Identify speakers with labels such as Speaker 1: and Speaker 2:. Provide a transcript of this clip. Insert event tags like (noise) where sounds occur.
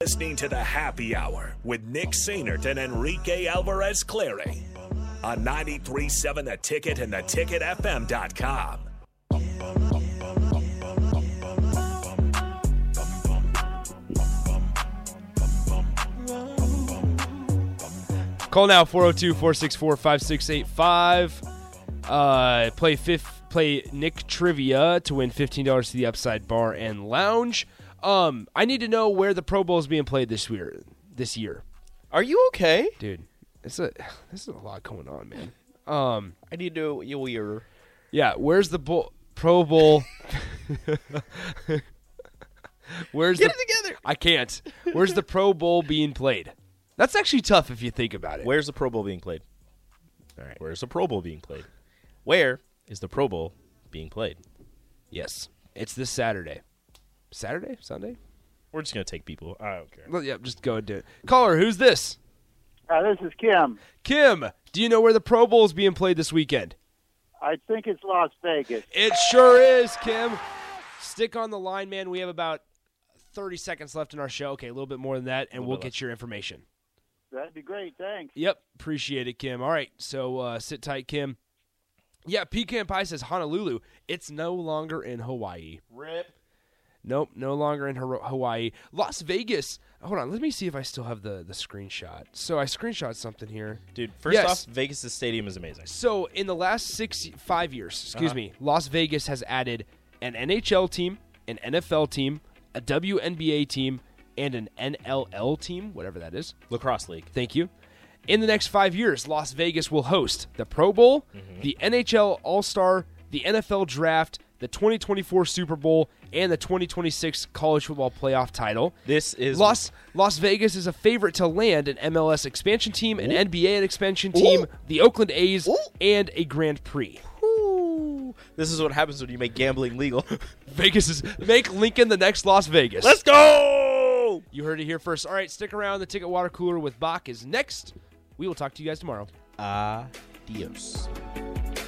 Speaker 1: Listening to the Happy Hour with Nick Sainert and Enrique Alvarez Clary on 937 The Ticket and theticketfm.com.
Speaker 2: Call now 402 464 5685. Uh, Play fifth, play Nick Trivia to win $15 to the Upside Bar and Lounge. Um, I need to know where the Pro Bowl is being played this year. This year,
Speaker 3: Are you okay?
Speaker 2: dude, it's a (sighs) this is a lot going on, man. Um,
Speaker 3: I need to. You we're.
Speaker 2: yeah, where's the bo- Pro Bowl? (laughs) where's
Speaker 3: Get
Speaker 2: the,
Speaker 3: it together.
Speaker 2: I can't. Where's the Pro Bowl being played? That's actually tough if you think about it.
Speaker 3: Where's the Pro Bowl being played? All right. Where's the Pro Bowl being played? Where is the Pro Bowl being played?
Speaker 2: Yes, it's this Saturday. Saturday, Sunday.
Speaker 3: We're just gonna take people. I don't care.
Speaker 2: Well, yeah, just go and do it. Caller, who's this?
Speaker 4: Uh, this is Kim.
Speaker 2: Kim, do you know where the Pro Bowl is being played this weekend?
Speaker 4: I think it's Las Vegas.
Speaker 2: It sure is, Kim. Stick on the line, man. We have about 30 seconds left in our show. Okay, a little bit more than that, and we'll
Speaker 3: bit
Speaker 2: get your information.
Speaker 4: That'd be great. Thanks.
Speaker 2: Yep, appreciate it, Kim. All right, so uh, sit tight, Kim. Yeah, Pecan Pie says Honolulu. It's no longer in Hawaii.
Speaker 3: Rip.
Speaker 2: Nope, no longer in Haro- Hawaii. Las Vegas. Hold on, let me see if I still have the, the screenshot. So I screenshot something here.
Speaker 3: Dude, first
Speaker 2: Yes.
Speaker 3: off, Vegas' stadium is amazing.
Speaker 2: So in the last six five years, excuse me, Las Vegas has added an NHL team, an NFL team, a WNBA team, and an NLL team, whatever that is.
Speaker 3: Lacrosse League.
Speaker 2: Thank you. In the next five years, Las Vegas will host the Pro Bowl, the NHL All Star, the NFL Draft, the 2024 Super Bowl, and the 2026 College Football Playoff title.
Speaker 3: This is
Speaker 2: Las Las Vegas is a favorite to land an MLS expansion team, an NBA expansion team, the Oakland A's, and a Grand Prix.
Speaker 3: Ooh. This is what happens when you make gambling legal. (laughs)
Speaker 2: Vegas is make Lincoln the next Las Vegas.
Speaker 3: Let's go.
Speaker 2: you heard it here first. All right, stick around. The ticket water cooler with Bach is next. We will talk to you guys tomorrow.
Speaker 3: Adios.